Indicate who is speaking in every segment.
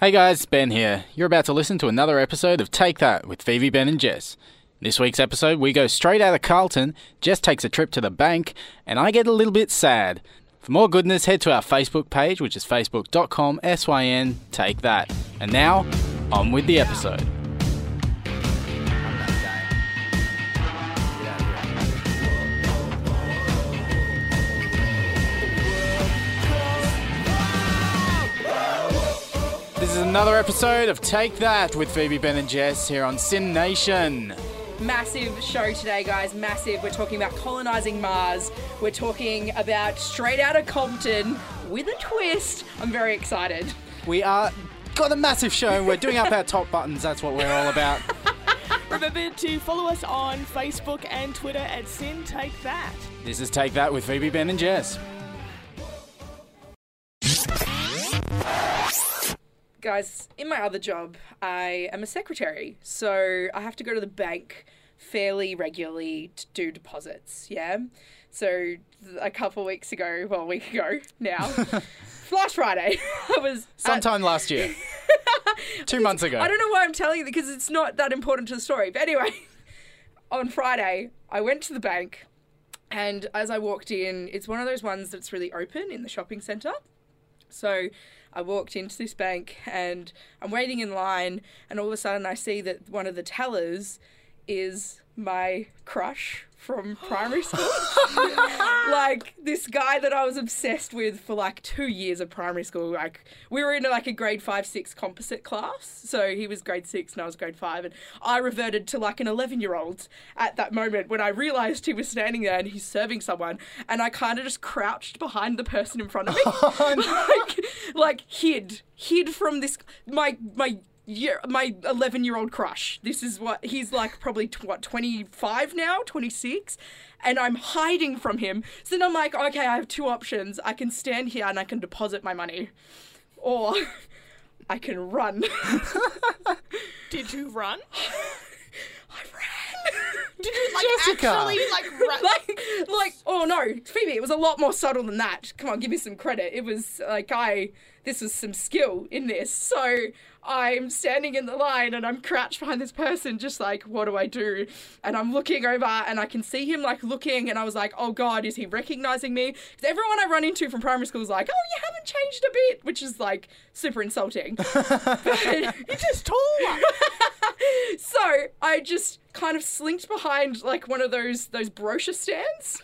Speaker 1: Hey guys, Ben here. You're about to listen to another episode of Take That with Phoebe, Ben, and Jess. This week's episode, we go straight out of Carlton, Jess takes a trip to the bank, and I get a little bit sad. For more goodness, head to our Facebook page, which is facebook.com syn take that. And now, on with the episode. This is another episode of Take That with Phoebe, Ben, and Jess here on Sin Nation.
Speaker 2: Massive show today, guys. Massive. We're talking about colonizing Mars. We're talking about straight out of Compton with a twist. I'm very excited.
Speaker 1: We are got a massive show, and we're doing up our top buttons. That's what we're all about.
Speaker 3: Remember to follow us on Facebook and Twitter at Sin Take That.
Speaker 1: This is Take That with Phoebe, Ben, and Jess.
Speaker 2: Guys, in my other job, I am a secretary. So I have to go to the bank fairly regularly to do deposits. Yeah. So a couple weeks ago, well, a week ago now, Flash Friday, I was. at-
Speaker 1: Sometime last year. Two months ago.
Speaker 2: Uh, I don't know why I'm telling you because it's not that important to the story. But anyway, on Friday, I went to the bank, and as I walked in, it's one of those ones that's really open in the shopping centre. So I walked into this bank and I'm waiting in line, and all of a sudden I see that one of the tellers is my crush from primary school. like this guy that I was obsessed with for like two years of primary school. Like we were in like a grade five six composite class, so he was grade six and I was grade five, and I reverted to like an eleven year old at that moment when I realised he was standing there and he's serving someone, and I kind of just crouched behind the person in front of me, like like hid hid from this my my year, my 11 year old crush. This is what he's like, probably tw- what 25 now, 26, and I'm hiding from him. So then I'm like, okay, I have two options. I can stand here and I can deposit my money, or I can run.
Speaker 3: Did you run?
Speaker 2: I ran.
Speaker 3: Did you like
Speaker 1: Jessica.
Speaker 3: actually like run?
Speaker 2: like, like, oh no, Phoebe, it was a lot more subtle than that. Come on, give me some credit. It was like I, this was some skill in this. So I'm standing in the line and I'm crouched behind this person, just like, what do I do? And I'm looking over and I can see him like looking, and I was like, oh god, is he recognizing me? Because everyone I run into from primary school is like, oh, you haven't changed a bit, which is like super insulting. But-
Speaker 3: It's just taller.
Speaker 2: so I just kind of slinked behind like one of those those brochure stands,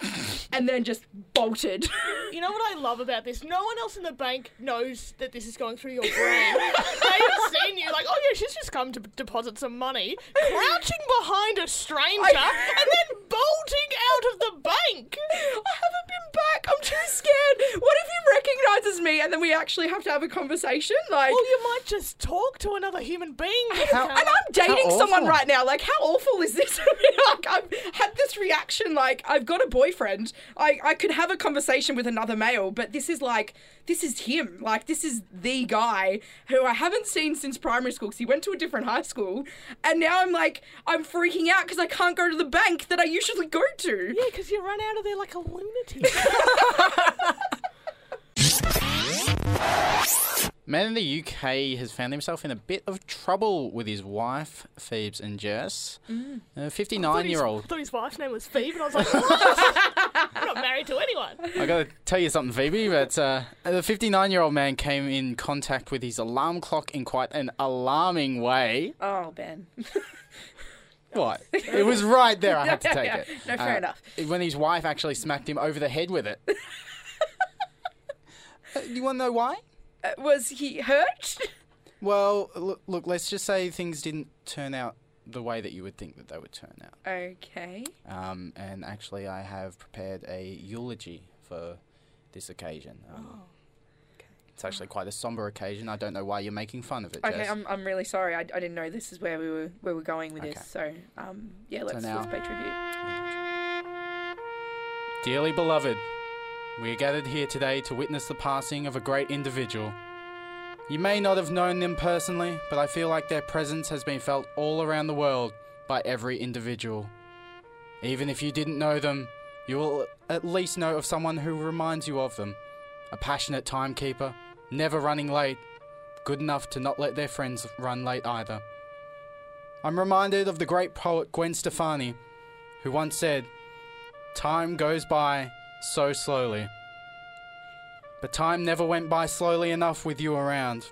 Speaker 2: and then just bolted.
Speaker 3: You know what I love about this? No one else in the bank knows that this is going through your brain. They've seen you like, oh yeah, she's just come to p- deposit some money, crouching behind a stranger,
Speaker 2: I-
Speaker 3: and then bolting out of the bank.
Speaker 2: I haven't been back. I'm too scared. What if he recognizes me and then we actually have to have a conversation? Like,
Speaker 3: Well, you might just talk to another human being.
Speaker 2: and I'm dating
Speaker 1: awful.
Speaker 2: someone right now. Like, how awful is this? I mean, like, I've had this reaction. Like, I've got a boyfriend. I I could have a conversation with another male, but this is like, this is him. Like, this is the guy who I haven't seen since primary school because he went to a different high school, and now I'm like, I'm freaking out because I can't go to the bank that I usually go to.
Speaker 3: Yeah, because you run out of there like a lunatic.
Speaker 1: Man in the UK has found himself in a bit of trouble with his wife, Phoebes and Jess.
Speaker 2: Mm.
Speaker 1: A 59 year
Speaker 3: I
Speaker 1: old.
Speaker 3: thought his wife's name was Phoebe, and I was like, "What? I'm not married to anyone.
Speaker 1: I gotta tell you something, Phoebe, but uh, the 59 year old man came in contact with his alarm clock in quite an alarming way.
Speaker 2: Oh, Ben.
Speaker 1: What? It was right there, I had to take it. Uh,
Speaker 2: No, fair enough.
Speaker 1: When his wife actually smacked him over the head with it. Uh, you wanna know why?
Speaker 2: Uh, was he hurt?
Speaker 1: Well, look, look, let's just say things didn't turn out the way that you would think that they would turn out.
Speaker 2: Okay.
Speaker 1: Um, and actually, I have prepared a eulogy for this occasion. Um,
Speaker 2: Oh.
Speaker 1: It's actually quite a somber occasion. I don't know why you're making fun of it,
Speaker 2: Okay,
Speaker 1: Jess.
Speaker 2: I'm, I'm really sorry. I, I didn't know this is where we were where we're going with
Speaker 1: Okay.
Speaker 2: this. So um, yeah, let's,
Speaker 1: now-
Speaker 2: let's pay tribute.
Speaker 1: Dearly beloved, we are gathered here today to witness the passing of a great individual. You may not have known them personally, but I feel like their presence has been felt all around the world by every individual. Even if you didn't know them, you will at least know of someone who reminds you of them. A passionate timekeeper, never running late, good enough to not let their friends run late either. I'm reminded of the great poet Gwen Stefani, who once said, Time goes by so slowly. But time never went by slowly enough with you around.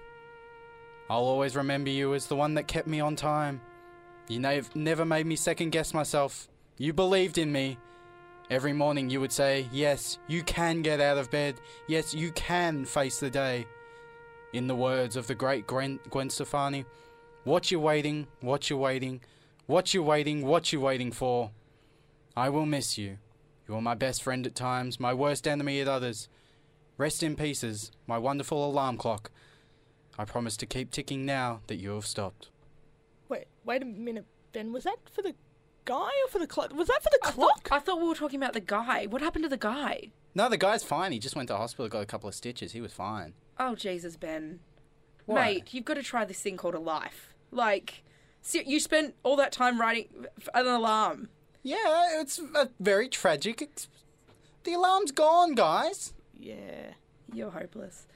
Speaker 1: I'll always remember you as the one that kept me on time. You nav- never made me second guess myself. You believed in me. Every morning you would say, Yes, you can get out of bed. Yes, you can face the day. In the words of the great Gwen, Gwen Stefani, What you waiting, what you waiting, what you waiting, what you waiting for? I will miss you. You are my best friend at times, my worst enemy at others. Rest in pieces, my wonderful alarm clock. I promise to keep ticking now that you have stopped.
Speaker 3: Wait, wait a minute, Ben. Was that for the guy or for the clock? Was that for the clock?
Speaker 2: I thought we were talking about the guy. What happened to the guy?
Speaker 1: No, the guy's fine. He just went to hospital, got a couple of stitches. He was fine.
Speaker 2: Oh, Jesus, Ben.
Speaker 1: What?
Speaker 2: Mate, you've got to try this thing called a life. Like, se- you spent all that time writing f- an alarm.
Speaker 1: Yeah, it's uh, very tragic. It's... The alarm's gone, guys.
Speaker 3: yeah.
Speaker 2: You're hopeless.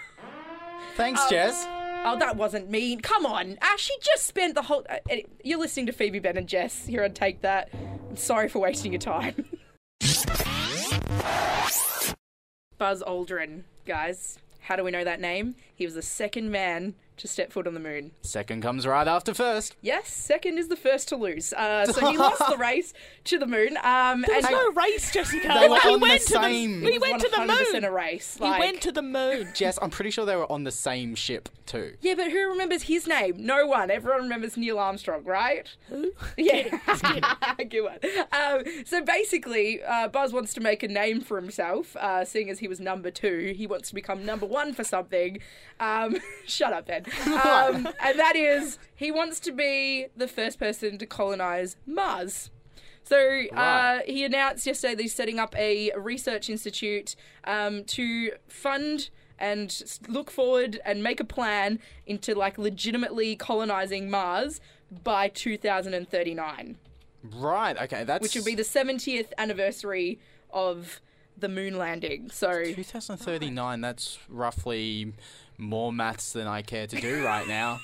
Speaker 1: Thanks, Jess.
Speaker 2: Oh, that wasn't mean. Come on, Ash. She just spent the whole. uh, uh, You're listening to Phoebe, Ben, and Jess here on Take That. I'm sorry for wasting your time. Buzz Aldrin, guys. How do we know that name? He was the second man to step foot on the moon.
Speaker 1: Second comes right after first.
Speaker 2: Yes, second is the first to lose. Uh, so he lost the race to the moon. Um,
Speaker 3: There was
Speaker 2: and
Speaker 3: no race, Jessica.
Speaker 1: They were
Speaker 3: He
Speaker 1: on the
Speaker 3: went to
Speaker 1: same-
Speaker 3: he went to the
Speaker 2: 100% a
Speaker 3: moon.
Speaker 2: race.
Speaker 3: He
Speaker 2: like-
Speaker 3: went to the moon.
Speaker 1: Jess, I'm pretty sure they were on the same ship too.
Speaker 2: Yeah, but who remembers his name? No one. Everyone remembers Neil Armstrong, right? Who? Yeah. Good one. Um, so basically, uh, Buzz wants to make a name for himself, uh, seeing as he was number two. He wants to become number one for something. Um, shut up, Ben. Um, and that is, he wants to be the first person to colonize Mars. So uh,
Speaker 1: Right.
Speaker 2: he announced yesterday that he's setting up a research institute um, to fund and s- look forward and make a plan into like legitimately colonizing Mars by 2039,
Speaker 1: Right. Okay. That's
Speaker 2: which will be the 70th anniversary of the moon landing. So
Speaker 1: 2039. That's roughly more maths than I care to do right now.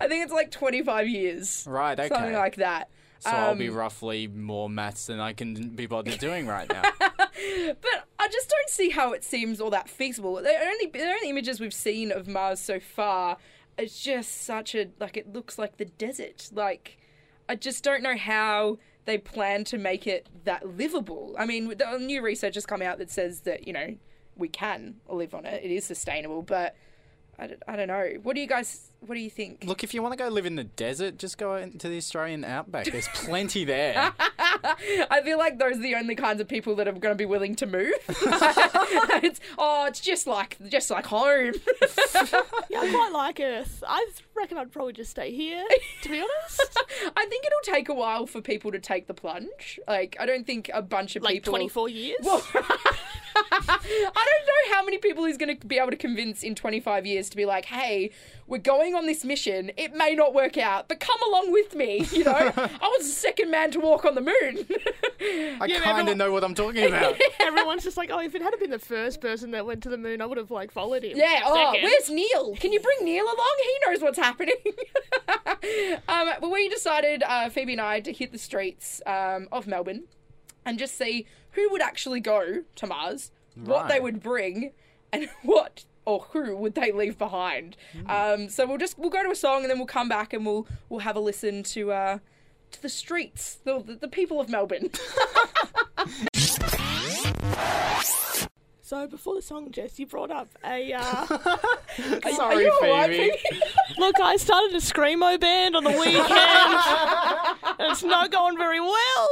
Speaker 2: I think it's like 25 years,
Speaker 1: right. Okay.
Speaker 2: something like that.
Speaker 1: so I'll be
Speaker 2: Um,
Speaker 1: roughly more maths than I can be bothered doing right now.
Speaker 2: But I just don't see how it seems all that feasible. The only the only images we've seen of Mars so far is just such a like it looks like the desert. Like I just don't know how they plan to make it that livable. I mean, the new research has come out that says that you know we can live on it. It is sustainable, but I don't, I don't know. What do you guys? What do you think?
Speaker 1: Look, if you want to go live in the desert, just go into the Australian outback. There's plenty there.
Speaker 2: I feel like those are the only kinds of people that are going to be willing to move. it's, oh, it's just like just like home.
Speaker 3: Yeah, I quite like Earth. I reckon I'd probably just stay here, to be honest.
Speaker 2: I think it'll take a while for people to take the plunge. Like, I don't think a bunch of
Speaker 3: Like
Speaker 2: people.
Speaker 3: 24 years.
Speaker 2: Well, I don't know how many people he's going to be able to convince in 25 years to be like, hey, we're going on this mission. It may not work out, but come along with me. You know, I was the second man to walk on the moon.
Speaker 1: I
Speaker 3: Yeah, but
Speaker 1: kind of
Speaker 3: everyone-
Speaker 1: know what I'm talking about.
Speaker 3: Everyone's just like, oh, if it had been the first person that went to the moon, I would have like followed him.
Speaker 2: Yeah, oh,
Speaker 3: Second.
Speaker 2: where's Neil? Can you bring Neil along? He knows what's happening. um, but we decided, uh, Phoebe and I, to hit the streets um, of Melbourne and just see who would actually go to Mars, what they
Speaker 1: Right.
Speaker 2: would bring, and what or who would they leave behind. Um, so we'll just we'll go to a song and then we'll come back and we'll we'll have a listen to uh, to the streets, the the, the people of Melbourne.
Speaker 3: So before the song, Jess, you brought up a. Uh...
Speaker 2: Are
Speaker 1: Sorry,
Speaker 2: you all right,
Speaker 1: Phoebe.
Speaker 2: Phoebe?
Speaker 3: Look, I started a screamo band on the weekend. and it's not going very well.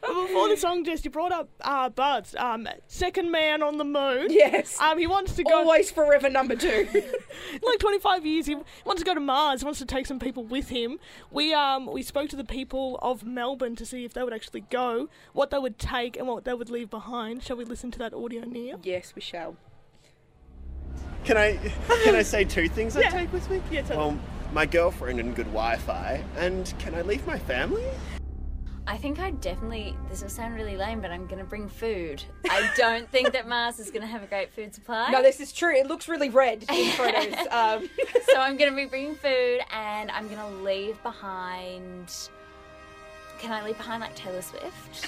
Speaker 3: But before the song, Jess, you brought up uh, Bud's um, second man on the moon.
Speaker 2: yes.
Speaker 3: Um, he wants to go.
Speaker 2: Always forever number two.
Speaker 3: like 25 years. He wants to go to Mars. He wants to take some people with him. We um we spoke to the people of Melbourne to see if they would actually go, what they would take, and what they would leave behind. Shall we listen to that audio now?
Speaker 2: yes, we shall.
Speaker 4: Can I can I say two things I
Speaker 3: Yeah.
Speaker 4: take with me?
Speaker 3: Yeah, tell
Speaker 4: Well, my girlfriend and good Wi-Fi, and can I leave my family?
Speaker 5: I think I definitely, this will sound really lame, but I'm going to bring food. I don't think that Mars is going to have a great food supply.
Speaker 6: No, this is true. It looks really red in photos. Um,
Speaker 5: so I'm going to be bringing food and I'm going to leave behind. Can I leave behind like Taylor Swift?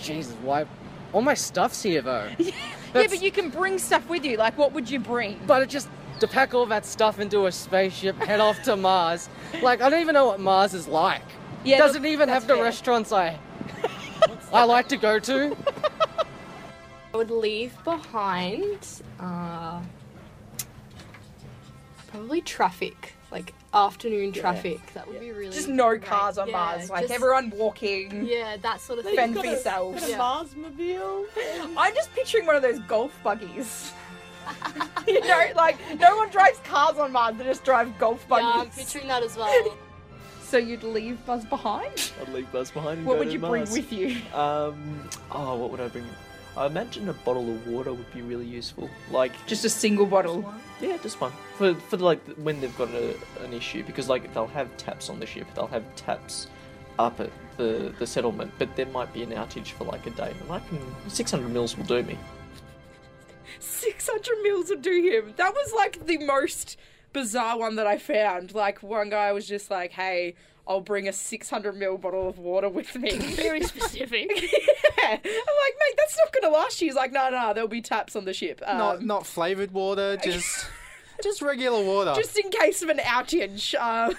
Speaker 7: Jesus, why? All my stuff's here though.
Speaker 6: yeah, but you can bring stuff with you. Like, what would you bring?
Speaker 7: But it just to pack all that stuff into a spaceship, head off to Mars. Like I don't even know what Mars is like.
Speaker 6: Yeah,
Speaker 7: Doesn't
Speaker 6: look,
Speaker 7: even
Speaker 6: that's
Speaker 7: have the
Speaker 6: fair.
Speaker 7: restaurants I I like to go to.
Speaker 8: I would leave behind uh, probably traffic, like afternoon traffic. That would be really
Speaker 6: Just no
Speaker 8: great.
Speaker 6: cars on
Speaker 8: Yeah,
Speaker 6: Mars. Like
Speaker 8: just-
Speaker 6: everyone walking.
Speaker 8: Yeah, that sort of thing.
Speaker 6: Fend for
Speaker 3: Got a-
Speaker 6: yourself.
Speaker 3: got a
Speaker 8: Yeah.
Speaker 3: Marsmobile.
Speaker 6: I'm just picturing one of those golf buggies. you know, like no one drives cars on Mars; they just drive golf
Speaker 8: Yeah, I'm
Speaker 6: buggies.
Speaker 8: picturing that as well.
Speaker 6: so you'd leave Buzz behind.
Speaker 9: I'd leave Buzz behind and
Speaker 6: What
Speaker 9: go
Speaker 6: would
Speaker 9: to
Speaker 6: you
Speaker 9: Mars.
Speaker 6: bring with you?
Speaker 9: Um, oh, what would I bring? I imagine a bottle of water would be really useful. Like,
Speaker 6: Just a single bottle.
Speaker 9: yeah, just one for for like when they've got a, an issue because like they'll have taps on the ship, they'll have taps up at the the settlement, but there might be an outage for like a day, and I can six hundred mils will do me.
Speaker 2: Six hundred mils would do him. That was like the most bizarre one that I found. Like one guy was just like, "Hey, I'll bring a six hundred mil bottle of water with me."
Speaker 3: Very specific.
Speaker 2: yeah. I'm like, mate, that's not gonna last you. He's like, no, no, there'll be taps on the ship. Um,
Speaker 1: Not not flavored water, just just regular water.
Speaker 2: just in case of an outage. Um,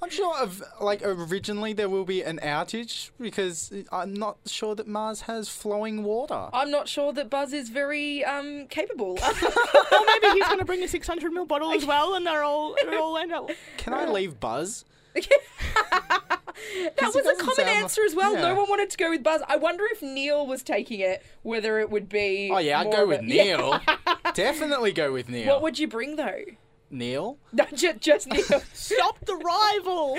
Speaker 1: I'm sure of like originally there will be an outage because I'm not sure that Mars has flowing water.
Speaker 2: I'm not sure that Buzz is very um, capable.
Speaker 3: or maybe he's going to bring a 600 ml bottle as well, and they're all they're all end up.
Speaker 1: Can I leave Buzz?
Speaker 2: that was a
Speaker 1: doesn't
Speaker 2: common
Speaker 1: sound
Speaker 2: answer
Speaker 1: like-
Speaker 2: as well.
Speaker 1: yeah.
Speaker 2: No one wanted to go with Buzz. I wonder if Neil was taking it, whether it would be.
Speaker 1: Oh yeah, I'd
Speaker 2: more
Speaker 1: go
Speaker 2: of
Speaker 1: with
Speaker 2: a- Yeah.
Speaker 1: Neil. Definitely go with Neil.
Speaker 2: What would you bring though?
Speaker 1: Neil?
Speaker 2: No, just, just Neil.
Speaker 3: Stop the rival.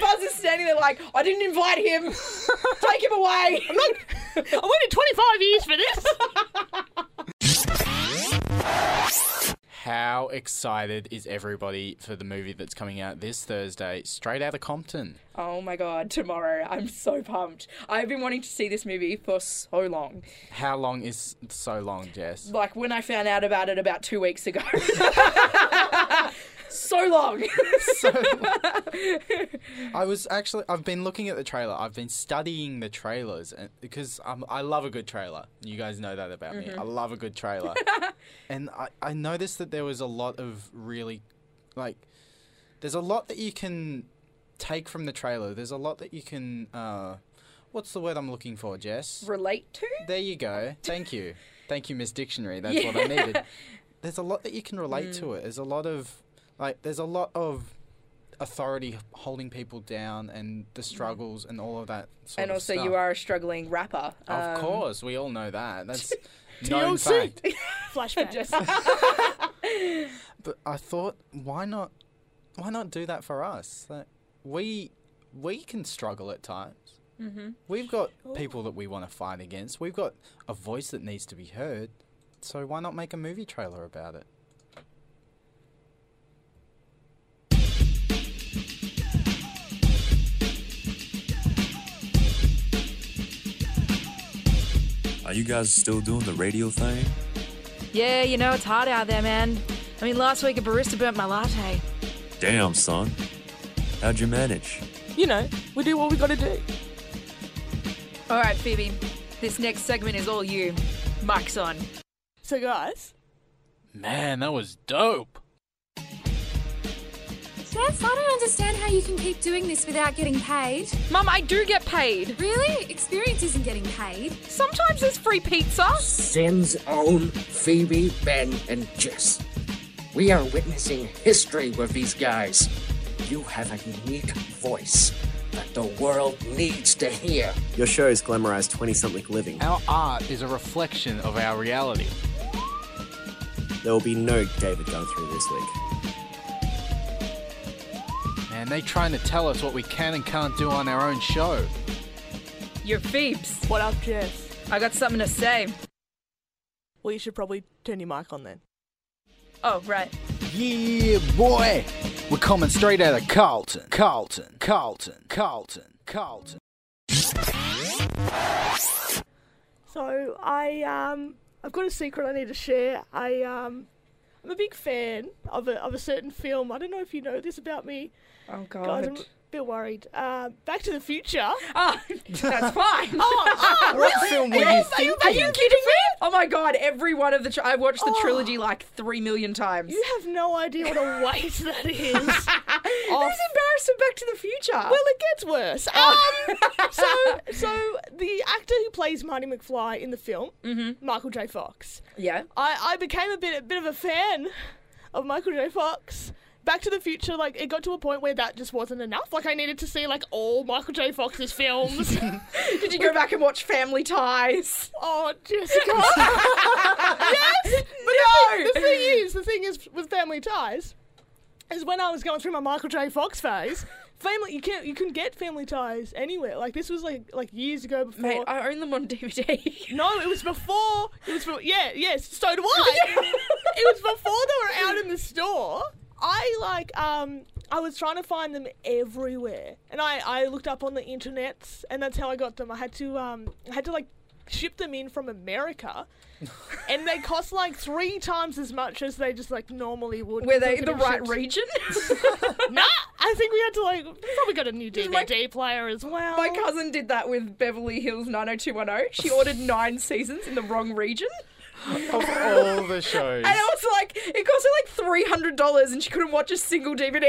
Speaker 2: Buzz is standing there like, I didn't invite him. Take him away. I'm not.
Speaker 3: I waited 25 years for this.
Speaker 1: How excited is everybody for the movie that's coming out this Thursday, Straight Outta Compton?
Speaker 2: Oh my god, tomorrow. I'm so pumped. I've been wanting to see this movie for so long.
Speaker 1: How long is so long, Jess?
Speaker 2: Like when I found out about it about two weeks ago. so long.
Speaker 1: So I was actually I've been looking at the trailer. I've been studying the trailers and, because I'm, I love a good trailer. You guys know that about me. I love a good trailer. and I, I noticed that there was a lot of really like there's a lot that you can take from the trailer. There's a lot that you can uh what's the word I'm looking for, Jess?
Speaker 2: Relate to?
Speaker 1: There you go. Thank you. Thank you, Miss Dictionary. That's what I needed. There's a lot that you can relate
Speaker 2: Mm.
Speaker 1: to it. There's a lot of like there's a lot of authority holding people down and the struggles and all of that sort
Speaker 2: Mm. and
Speaker 1: of
Speaker 2: also,
Speaker 1: stuff.
Speaker 2: you are a struggling rapper.
Speaker 1: Of
Speaker 2: Um,
Speaker 1: course, we all know that. That's known
Speaker 3: TLC.
Speaker 1: fact.
Speaker 3: Flashback.
Speaker 1: But I thought, why not why not do that for us? Like, we we can struggle at times. Mm-hmm. We've got people that we want to fight against. We've got a voice that needs to be heard. So why not make a movie trailer about it?
Speaker 10: Are you guys still doing the radio thing?
Speaker 11: Yeah, you know, it's hot out there, man. I mean, last week a barista burnt my latte.
Speaker 10: Damn, son. How'd you manage?
Speaker 3: You know, we do what we got to do.
Speaker 11: All right, Phoebe, this next segment is all you. Mike's on.
Speaker 3: So, guys,
Speaker 1: Man, that was dope.
Speaker 11: Yes, I don't understand how you can keep doing this without getting paid.
Speaker 8: Mum, I do get paid.
Speaker 11: Really? Experience isn't getting paid.
Speaker 8: Sometimes there's free pizza.
Speaker 7: Sin's own Phoebe, Ben, and Jess. We are witnessing history with these guys. You have a unique voice that the world needs to hear.
Speaker 4: Your show is glamorized 20 something living.
Speaker 1: Our art is a reflection of our reality.
Speaker 4: There will be no David Guthrie this week.
Speaker 1: Man, they trying to tell us what we can and can't do on our own show.
Speaker 11: You're Phoebes.
Speaker 3: what up, Jess?
Speaker 11: I got something to say.
Speaker 3: Well, you should probably turn your mic on then.
Speaker 11: Oh, right.
Speaker 1: Yeah, boy. We're coming straight out of Carlton. Carlton. Carlton. Carlton. Carlton.
Speaker 3: So I um I've got a secret I need to share. I um I'm a big fan of a of a certain film. I don't know if you know this about me.
Speaker 2: Oh
Speaker 3: Guys, I'm
Speaker 2: God.
Speaker 3: a bit worried. Uh, Back to the Future.
Speaker 2: Oh, that's fine.
Speaker 3: oh, oh,
Speaker 2: What
Speaker 3: really?
Speaker 2: film were
Speaker 3: Yes,
Speaker 2: you
Speaker 3: are you-
Speaker 2: Are
Speaker 3: Are
Speaker 2: you
Speaker 3: you
Speaker 2: kidding me? Oh my god, every one of the. Tri- I've watched the
Speaker 3: Oh.
Speaker 2: trilogy like three million times.
Speaker 3: You have no idea what a waste that is.
Speaker 2: There's embarrassing Back to the Future.
Speaker 3: Well, it gets worse. Um, so, so the actor who plays Marty McFly in the film, Michael J. Fox.
Speaker 2: Yeah.
Speaker 3: I, I became a bit a bit of a fan of Michael J. Fox. Back to the Future, like it got to a point where that just wasn't enough. Like I needed to see like all Michael J. Fox's films.
Speaker 2: Did you go back and watch Family Ties?
Speaker 3: Oh, Jessica. yes. But
Speaker 2: No!
Speaker 3: The, thing, the thing is, the thing is with Family Ties, is when I was going through my Michael J. Fox phase, Family you can't you couldn't get Family Ties anywhere. Like this was like like years ago before.
Speaker 2: Mate, I own them on DVD.
Speaker 3: no, it was before. It was before. Yeah, yes. So do I. it was before they were out in the store. I like um I was trying to find them everywhere, and I I looked up on the internets, and that's how I got them. I had to um I had to like ship them in from America, and they cost like three times as much as they just like normally would.
Speaker 2: Were
Speaker 3: because
Speaker 2: they
Speaker 3: were
Speaker 2: in the
Speaker 3: getting
Speaker 2: right
Speaker 3: shipped.
Speaker 2: region?
Speaker 3: nah, I think we had to like probably got a new DVD player as well.
Speaker 2: My cousin did that with Beverly Hills 90210. She ordered nine seasons in the wrong region.
Speaker 1: Of all the shows.
Speaker 2: And I was like, it cost her like $300 and she couldn't watch a single DVD.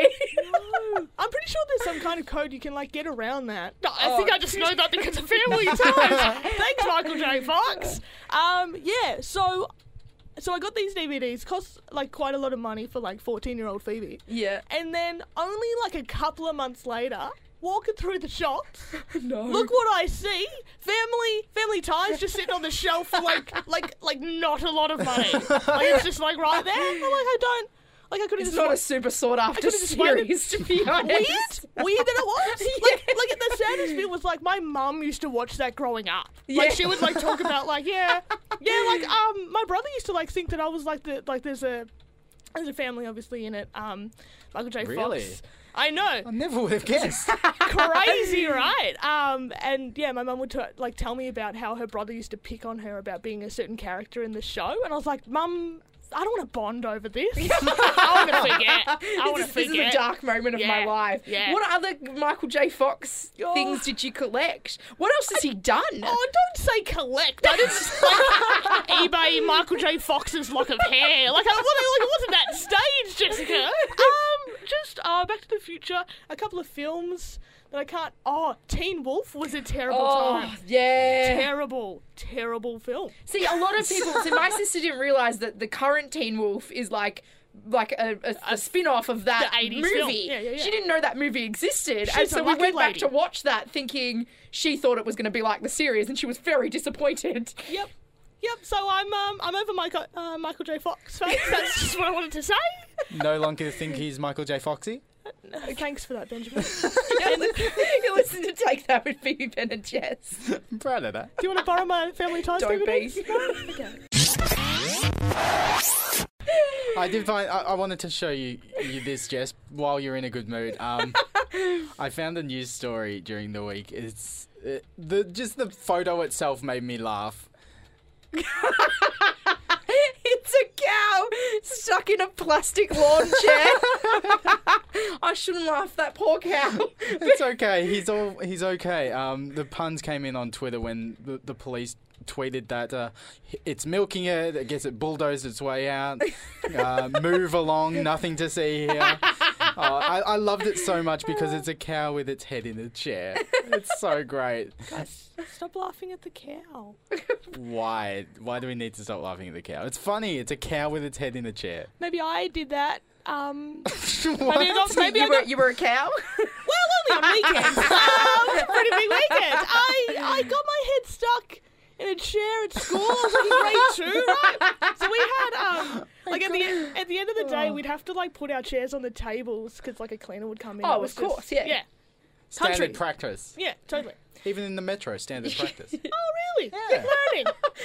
Speaker 3: I'm pretty sure there's some kind of code you can like get around that. No, I
Speaker 2: Oh.
Speaker 3: think I just know that because of Family Ties. Thanks, Michael J. Fox. Um, yeah, so so I got these DVDs, cost like quite a lot of money for like 14 year old Phoebe.
Speaker 2: Yeah.
Speaker 3: And then only like a couple of months later, walking through the shops,
Speaker 2: No.
Speaker 3: look what I see. Family Family Ties just sitting on the shelf for like like like not a lot of money. Like it's just like right there. I'm like I don't like I could have
Speaker 2: It's
Speaker 3: just
Speaker 2: not
Speaker 3: wa-
Speaker 2: a super sought
Speaker 3: I
Speaker 2: after
Speaker 3: could've just waited.
Speaker 2: series, to be honest.
Speaker 3: Weird, weird that it was. Like, like the saddest bit was like my mum used to watch that growing up. Like
Speaker 2: Yeah.
Speaker 3: she would like talk about like yeah, yeah. Like um, my brother used to like think that I was like the like there's a there's a family obviously in it. Um, Michael J.
Speaker 1: Really?
Speaker 3: Fox. I know. I
Speaker 1: never would have guessed.
Speaker 3: Crazy, right? Um, and yeah, my mum would t- like tell me about how her brother used to pick on her about being a certain character in the show, and I was like, Mum, I don't want to bond over this. I want to forget. I want to
Speaker 2: this, is-
Speaker 3: forget.
Speaker 2: this is a dark moment of my
Speaker 3: Yeah,
Speaker 2: life.
Speaker 3: yeah.
Speaker 2: What other Michael J. Fox
Speaker 3: Oh.
Speaker 2: things did you collect? What else has he done?
Speaker 3: Oh, don't say collect. I just eBay Michael J. Fox's lock of hair. Like, I, what, like it wasn't that stage, Jessica. Um, just uh, Back to the Future, a couple of films that I can't. Oh, Teen Wolf was a terrible
Speaker 2: Oh,
Speaker 3: time.
Speaker 2: yeah.
Speaker 3: terrible, terrible film.
Speaker 2: See, a lot of people. See, my sister didn't realize that the current Teen Wolf is like. Like a, a, a spin off of that
Speaker 3: The 80s
Speaker 2: movie.
Speaker 3: film. Yeah, yeah, yeah.
Speaker 2: She didn't know that movie existed.
Speaker 3: She's
Speaker 2: and so
Speaker 3: a
Speaker 2: we
Speaker 3: lucky
Speaker 2: went back
Speaker 3: lady.
Speaker 2: to watch that thinking she thought it was going to be like the series and she was very disappointed.
Speaker 3: Yep. Yep, so I'm um, I'm over Michael uh, Michael J. Fox face. That's just what I wanted to say.
Speaker 1: No longer think he's Michael J. Foxy.
Speaker 3: Thanks for that, Benjamin.
Speaker 2: you listen to Take That with Phoebe Ben and Jess.
Speaker 1: I'm proud of that.
Speaker 3: Do you want to borrow my Family Ties
Speaker 2: Don't be.
Speaker 3: DVDs? No? Okay.
Speaker 1: I did find. I, I wanted to show you, you this, Jess, while you're in a good mood. Um, I found a news story during the week. It's uh the just the photo itself made me laugh.
Speaker 2: It's a cow stuck in a plastic lawn chair. I shouldn't laugh. That poor cow.
Speaker 1: It's okay. He's all. He's okay. Um, the puns came in on Twitter when the, the police tweeted that uh, it's milking it. It gets it bulldozed its way out. Uh, move along. Nothing to see here. Oh, I, I loved it so much because it's a cow with its head in a chair. It's so great.
Speaker 3: Stop laughing at the cow.
Speaker 1: Why? Why do we need to stop laughing at the cow? It's funny. It's a cow with its head in a chair.
Speaker 3: Maybe I did that. Um, maybe
Speaker 1: What?
Speaker 3: I got, maybe
Speaker 2: you,
Speaker 3: I
Speaker 2: were,
Speaker 3: got,
Speaker 2: you were a cow?
Speaker 3: well, only on weekends. um, pretty big weekends. I, I got my head stuck in a chair at school. I was like grade two, right? So we had, um, like at the, at the end of the
Speaker 2: Oh.
Speaker 3: day, we'd have to like put our chairs on the tables because like a cleaner would come in.
Speaker 2: Oh,
Speaker 3: It was
Speaker 2: of
Speaker 3: just-
Speaker 2: course, yeah.
Speaker 3: Yeah,
Speaker 1: Standard
Speaker 3: Country.
Speaker 1: practice.
Speaker 3: yeah, totally.
Speaker 1: Even in the metro, standard practice.
Speaker 3: Oh, really?
Speaker 1: Yeah.
Speaker 3: Good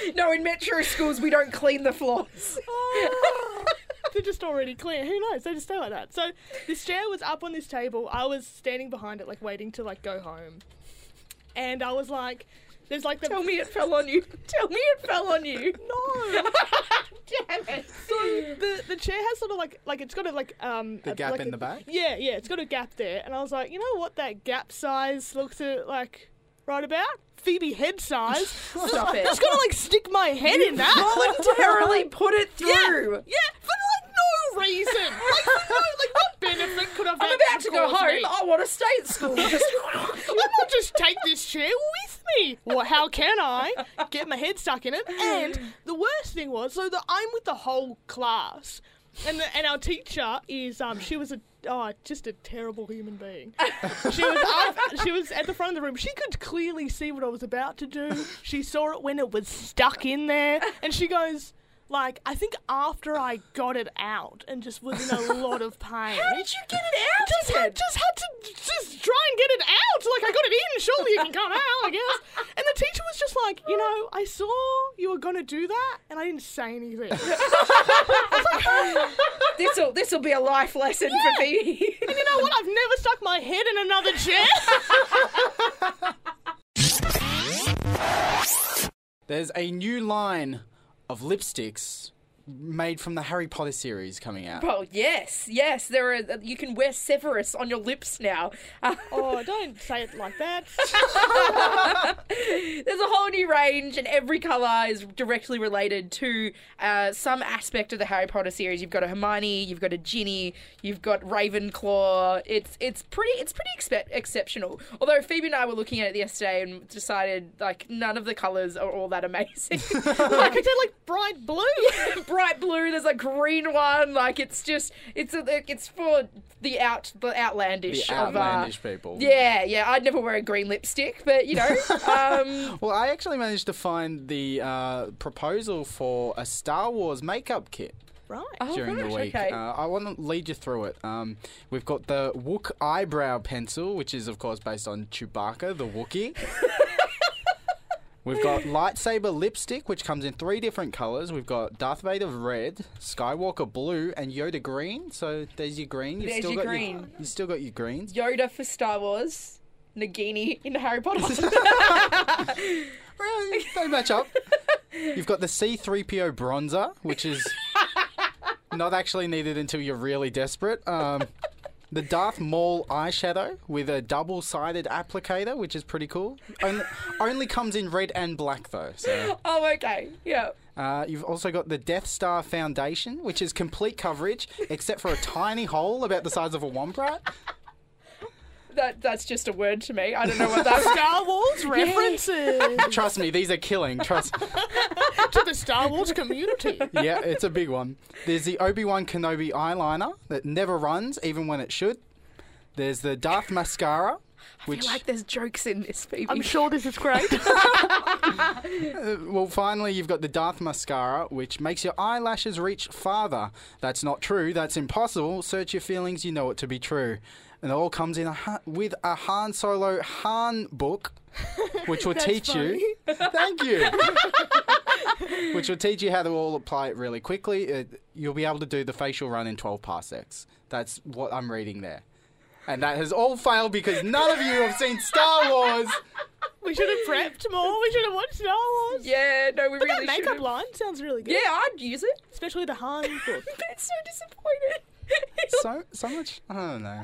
Speaker 3: learning.
Speaker 2: no, in metro schools we don't clean the floors.
Speaker 3: Oh, they're just already clear. Who knows? They just stay like that. So this chair was up on this table. I was standing behind it, like waiting to like go home. And I was like, "There's like the
Speaker 2: Tell me it fell on you. Tell me it fell on you.
Speaker 3: No. Damn it. So the the chair has sort of like like it's got a like um
Speaker 1: The
Speaker 3: a-
Speaker 1: gap
Speaker 3: like
Speaker 1: in
Speaker 3: a-
Speaker 1: the back?
Speaker 3: Yeah, yeah, it's got a gap there, and I was like, you know what that gap size looks at like right about Phoebe head size.
Speaker 2: Stop it.
Speaker 3: Just gonna like stick my head in that.
Speaker 2: voluntarily put it through.
Speaker 3: Yeah, yeah, for like no reason. Like for no, like what benefit could have
Speaker 2: I'm
Speaker 3: that
Speaker 2: about to go
Speaker 3: caused
Speaker 2: home.
Speaker 3: me?
Speaker 2: I want to stay at school. Just
Speaker 3: I will just take this chair with me. Well, how can I get my head stuck in it? And the worst thing was, so that I'm with the whole class, and the, and our teacher is um she was a oh just a terrible human being. She was up, she was at the front of the room. She could clearly see what I was about to do. She saw it when it was stuck in there, and she goes. Like I think after I got it out and just was in a lot of pain. How did you
Speaker 2: get it out?
Speaker 3: Just had, just had to just try and get it out. Like I got it in. Surely it can come out, I guess. And the teacher was just like, you know, I saw you were gonna do that, and I didn't say anything.
Speaker 2: this'll this'll be a life lesson for me.
Speaker 3: And you know what? I've never stuck my head in another chair.
Speaker 1: There's a new line of lipsticks made from the Harry Potter series coming out.
Speaker 2: Well, Oh, yes, yes. There are. You can wear Severus on your lips now.
Speaker 3: oh, don't say it like that.
Speaker 2: There's a whole new range, and every color is directly related to uh, some aspect of the Harry Potter series. You've got a Hermione, you've got a Ginny, you've got Ravenclaw. It's it's pretty it's pretty expe- exceptional. Although Phoebe and I were looking at it yesterday and decided like none of the colors are all that amazing.
Speaker 3: like I said, like bright blue.
Speaker 2: bright blue. There's a green one. Like it's just it's a, it's for the out the outlandish
Speaker 1: The
Speaker 2: of, uh,
Speaker 1: outlandish people.
Speaker 2: Yeah, yeah. I'd never wear a green lipstick, but you know, um,
Speaker 1: Well, I actually managed to find the uh, proposal for a Star Wars makeup kit.
Speaker 3: Right.
Speaker 2: Oh,
Speaker 1: during the week. Uh, I want to lead you through it. Um, we've got the Wook eyebrow pencil, which is of course based on Chewbacca, the Wookiee. We've got lightsaber lipstick, which comes in three different colours. We've got Darth Vader red, Skywalker blue, and Yoda green. So there's your green. You've
Speaker 2: There's
Speaker 1: still
Speaker 2: your
Speaker 1: got Your,
Speaker 2: green.
Speaker 1: you've still got your greens.
Speaker 2: Yoda for Star Wars, Nagini in Harry Potter.
Speaker 1: Really, they Eh, match up. You've got the C3PO bronzer, which is not actually needed until you're really desperate. Um, the Darth Maul eyeshadow with a double sided applicator, which is pretty cool. Only, only comes in red and black, though. So.
Speaker 2: oh, okay. Yeah.
Speaker 1: Uh, you've also got the Death Star Foundation, which is complete coverage except for a tiny hole about the size of a womp rat.
Speaker 2: That that's just a word to me. I don't know what that
Speaker 3: Star Wars references
Speaker 1: Trust me, these are killing. Trust
Speaker 3: to the Star Wars community.
Speaker 1: yeah, it's a big one. There's the Obi Wan Kenobi eyeliner that never runs, even when it should. There's the Darth mascara, which
Speaker 2: like there's jokes in this, Phoebe.
Speaker 3: I'm sure this is great.
Speaker 1: uh, well, finally you've got the Darth mascara, which makes your eyelashes reach farther. That's not true. That's impossible. Search your feelings. You know it to be true. And it all comes in a ha- with a Han Solo Han book, which will
Speaker 3: That's
Speaker 1: teach you. Thank you. which will teach you how to all apply it really quickly. It, you'll be able to do the facial run in 12 parsecs. That's what I'm reading there. And that has all failed because none of you have seen Star Wars.
Speaker 3: We should have prepped more. We should have watched Star Wars.
Speaker 2: Yeah, no, we
Speaker 3: but
Speaker 2: really
Speaker 3: that makeup
Speaker 2: should've.
Speaker 3: line sounds really good.
Speaker 2: Yeah, I'd use it.
Speaker 3: especially the Han book.
Speaker 2: It's so disappointed.
Speaker 1: So so much. I don't know.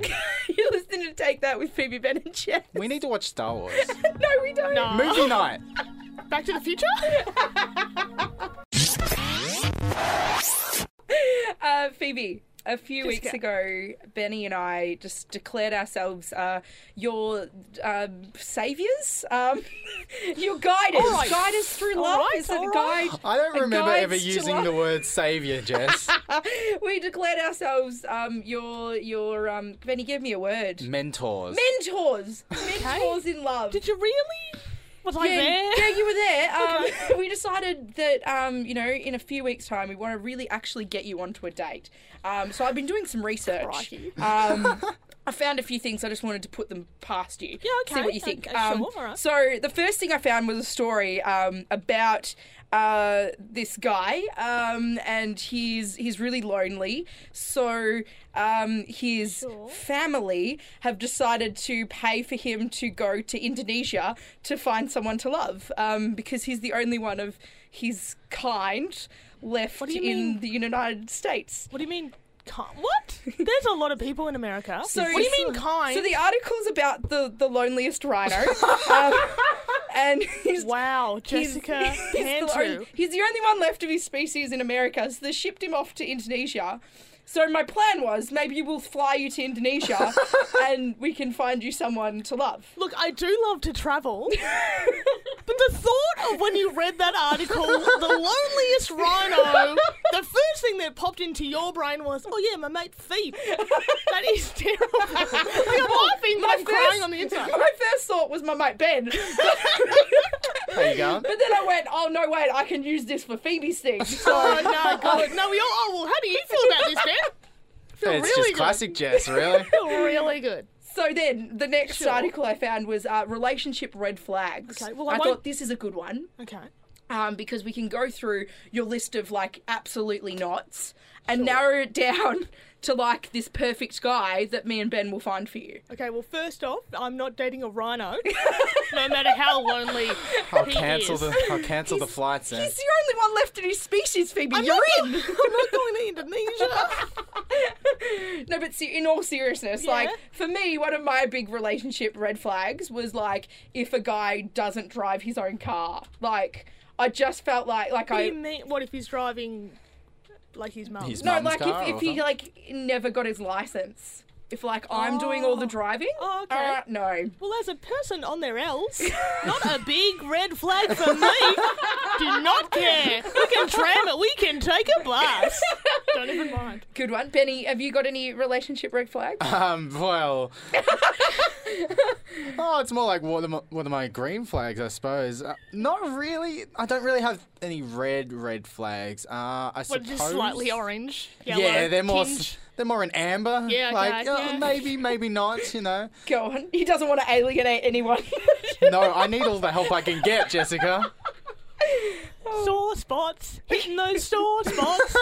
Speaker 2: You're listening to Take That with Phoebe Ben and Jess.
Speaker 1: We need to watch Star Wars.
Speaker 2: no, we don't.
Speaker 3: No.
Speaker 1: Movie night.
Speaker 3: Back to the Future.
Speaker 2: Uh, Phoebe, a few
Speaker 3: Jessica.
Speaker 2: weeks ago, Benny and I just declared ourselves uh, your uh, saviors, um, your guiders.
Speaker 3: All right.
Speaker 2: Guide us through
Speaker 3: All
Speaker 2: love.
Speaker 3: right,
Speaker 2: Is it
Speaker 3: all
Speaker 2: a
Speaker 3: right.
Speaker 2: guide?
Speaker 1: I don't
Speaker 2: a
Speaker 1: remember
Speaker 2: guides
Speaker 1: ever
Speaker 2: to
Speaker 1: using
Speaker 2: love?
Speaker 1: the word savior, Jess.
Speaker 2: we declared ourselves um, your your um, Benny. Give me a word.
Speaker 1: Mentors.
Speaker 2: Mentors, mentors in love.
Speaker 3: Did you really? Was I
Speaker 2: yeah,
Speaker 3: there?
Speaker 2: yeah, you were there. Um, We decided that, um, you know, in a few weeks' time, we want to really actually get you onto a date. Um, so I've been doing some research.
Speaker 3: Crikey.
Speaker 2: Um, I found a few things. I just wanted to put them past you.
Speaker 3: Yeah,
Speaker 2: See
Speaker 3: okay,
Speaker 2: what you think.
Speaker 3: okay,
Speaker 2: um,
Speaker 3: sure, all right.
Speaker 2: So the first thing I found was a story um, about uh, this guy, um, and he's he's really lonely. So um, his family have decided to pay for him to go to Indonesia to find someone to love, um, because he's the only one of his kind left
Speaker 3: do you
Speaker 2: in
Speaker 3: mean?
Speaker 2: the United States.
Speaker 3: What do you mean? Kind? What? There's a lot of people in America.
Speaker 2: So
Speaker 3: what do you mean
Speaker 2: so-
Speaker 3: kind?
Speaker 2: So the article's about the the loneliest rhino. um, and he's,
Speaker 3: wow, Jessica
Speaker 2: He's, he's, the
Speaker 3: Pantu.
Speaker 2: only, he's the only one left of his species in America, so they shipped him off to Indonesia. So my plan was maybe we'll fly you to Indonesia, and we can find you someone to love.
Speaker 3: Look, I do love to travel. but the thought of when you read that article, the loneliest rhino, the first thing that popped into your brain was, oh yeah, my mate Phoebe. That is terrible. like, I'm laughing, but I'm crying on the inside.
Speaker 2: My first thought was my mate Ben.
Speaker 1: There you go.
Speaker 2: But then I went, oh no, wait, I can use this for Phoebe's thing. So,
Speaker 3: Oh no, God. No, we all, oh, well, how do you feel about this, Ben? Feel
Speaker 1: it's
Speaker 3: really
Speaker 1: just
Speaker 3: good.
Speaker 1: classic Jess, really.
Speaker 3: Feel really good.
Speaker 2: So then, the next
Speaker 3: Sure.
Speaker 2: article I found was uh, relationship red flags.
Speaker 3: Okay, well, I won't-
Speaker 2: thought this is a good one
Speaker 3: Okay.
Speaker 2: um, because we can go through your list of like absolutely nots and narrow it down to like this perfect guy that me and Ben will find for you.
Speaker 3: Okay, well, first off, I'm not dating a rhino, no matter how lonely
Speaker 1: I'll
Speaker 3: he
Speaker 1: cancel
Speaker 3: is.
Speaker 1: the I'll cancel the flights then.
Speaker 2: He's the only one left in his species, Phoebe. You're in.
Speaker 3: I'm not going to Indonesia.
Speaker 2: No, but se- in all seriousness,
Speaker 3: Yeah.
Speaker 2: like for me, one of my big relationship red flags was like if a guy doesn't drive his own car. Like I just felt like like
Speaker 3: What
Speaker 2: I
Speaker 3: do you mean? What if he's driving like his mum?
Speaker 1: His
Speaker 2: no
Speaker 1: mum's
Speaker 2: like
Speaker 1: car
Speaker 2: if,
Speaker 1: or
Speaker 2: if he
Speaker 1: something?
Speaker 2: like never got his license. If like I'm doing all the
Speaker 3: Oh.
Speaker 2: driving,
Speaker 3: Oh, okay.
Speaker 2: uh, no.
Speaker 3: well, as a person on their L's, not a big red flag for me. Do not care. We can tram it. We can take a bus. Don't even mind.
Speaker 2: Good one, Benny. Have you got any relationship red flags?
Speaker 1: Um, well. oh, it's more like what are, my, what are my green flags, I suppose. Uh, not really. I don't really have any red red flags. Uh, I
Speaker 3: What,
Speaker 1: suppose.
Speaker 3: just slightly orange, yellow,
Speaker 1: Yeah, they're more
Speaker 3: tinge?
Speaker 1: s- they're more in amber.
Speaker 3: Yeah, okay,
Speaker 1: like uh,
Speaker 3: yeah.
Speaker 1: maybe maybe not. You know.
Speaker 2: Go on. He doesn't want to alienate anyone.
Speaker 1: No, I need all the help I can get, Jessica.
Speaker 3: sore spots, hitting those sore spots.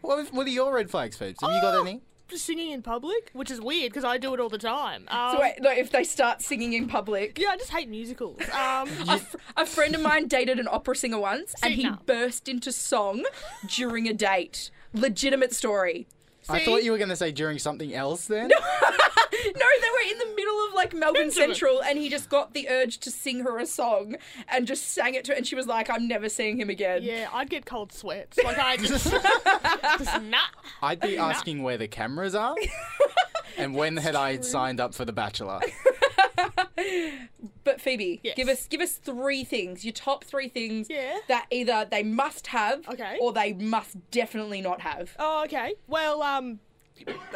Speaker 1: What, if- what are your red flags, Phoebes? Have you got any?
Speaker 3: Just singing in public, which is weird because I do it all the time. Um,
Speaker 2: so wait, no, if they start singing in public.
Speaker 3: yeah, I just hate musicals. Um,
Speaker 2: A, fr- a friend of mine dated an opera singer once, and he
Speaker 3: Singer.
Speaker 2: burst into song during a date. Legitimate story.
Speaker 1: I thought you were going to say during something else then.
Speaker 2: No, they were in the middle of like Melbourne Central, and he just got the urge to sing her a song and just sang it to her. And she was like, "I'm never seeing him again."
Speaker 3: yeah, I'd get cold sweats. Like I just, just nah.
Speaker 1: I'd be asking where the cameras are. and when had I signed up for The Bachelor?
Speaker 2: But Phoebe,
Speaker 3: Yes.
Speaker 2: give us give us three things. Your top three things
Speaker 3: Yeah.
Speaker 2: that either they must have,
Speaker 3: Okay.
Speaker 2: or they must definitely not have.
Speaker 3: Oh, okay. Well, um,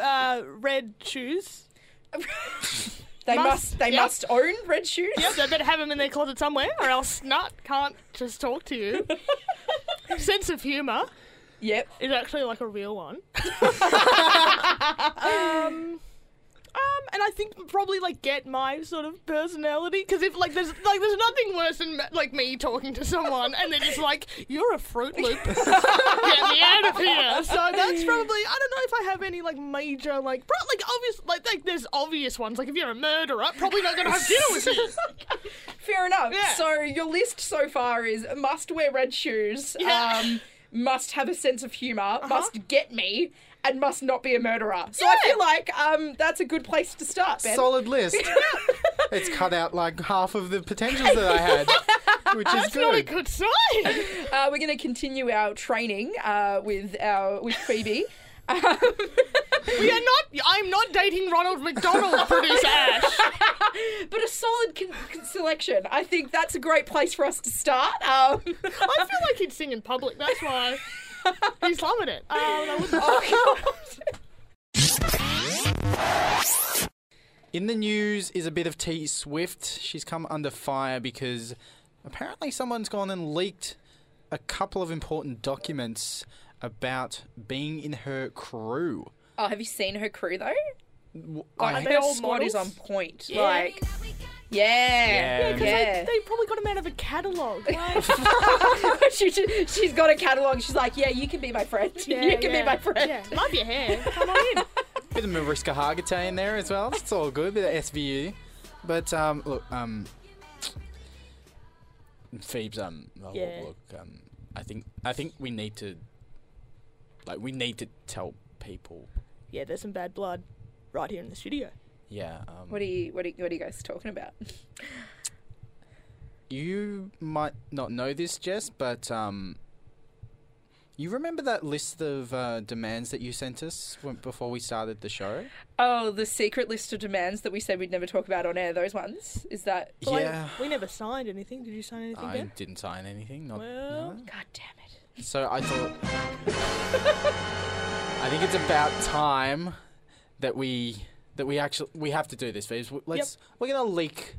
Speaker 3: uh, red shoes.
Speaker 2: They must,
Speaker 3: Must,
Speaker 2: they
Speaker 3: yep.
Speaker 2: must own red shoes.
Speaker 3: Yep, they better have them in their closet somewhere, or else not can't just talk to you. Sense of humour
Speaker 2: Yep.
Speaker 3: is actually like a real one. um, um, and I think probably like get my sort of personality because if like there's like there's nothing worse than like me talking to someone and they're just like you're a fruit loop. get me out of here. So that's probably I don't know if I have any like major like pro- like obvious like like there's obvious ones like if you're a murderer probably not gonna have dinner with you.
Speaker 2: Fair enough.
Speaker 3: Yeah.
Speaker 2: So your list so far is must wear red shoes,
Speaker 3: Yeah. Uh-huh.
Speaker 2: um, must have a sense of humor must get me, and must not be a murderer. So I feel like um, that's a good place to start, Ben.
Speaker 1: Solid list. it's cut out like half of the potentials that I had, which is
Speaker 3: That's not a
Speaker 1: good.
Speaker 3: good sign.
Speaker 2: Uh, we're going to continue our training uh, with our with Phoebe. Um,
Speaker 3: We are not. I'm not dating Ronald McDonald, producer Ash.
Speaker 2: but a solid con- con- selection. I think that's a great place for us to start. Um,
Speaker 3: I feel like he'd sing in public. That's why he's loving it. Um, I wouldn't.
Speaker 2: oh,
Speaker 1: In the news is a bit of T Swift. She's come under fire because apparently someone's gone and leaked a couple of important documents about being in her crew.
Speaker 2: oh, have you seen her crew though?
Speaker 1: w-
Speaker 2: God,
Speaker 1: I-
Speaker 2: her squad is on point. Like,
Speaker 1: Yeah,
Speaker 2: yeah, yeah.
Speaker 1: 'cause
Speaker 3: They, they probably got him out of a catalogue. Like,
Speaker 2: she, she, she's got a catalogue. She's like, yeah, you can be my friend. you can be my friend.
Speaker 3: Love your hair.
Speaker 1: Bit of Mariska Hargitay in there as well. It's all good. Bit of SVU. But um, look, um, Phoebe's um, oh,
Speaker 3: Yeah.
Speaker 1: look, um, I think I think we need to, like, we need to tell people.
Speaker 3: yeah, there's some bad blood right here in the studio.
Speaker 1: Yeah. Um,
Speaker 2: What are you what are, you- what are you guys talking about?
Speaker 1: You might not know this, Jess, but um, you remember that list of uh, demands that you sent us when, before we started the show?
Speaker 2: Oh, the secret list of demands that we said we'd never talk about on air. Those ones is that?
Speaker 1: Well, I- Yeah.
Speaker 3: We never signed anything. Did you sign anything?
Speaker 1: I
Speaker 3: Ben?
Speaker 1: didn't sign anything. Not,
Speaker 3: Well,
Speaker 2: God damn it.
Speaker 1: So I thought. I think it's about time that we that we actually we have to do this, Phoebes. W- Let's we're gonna leak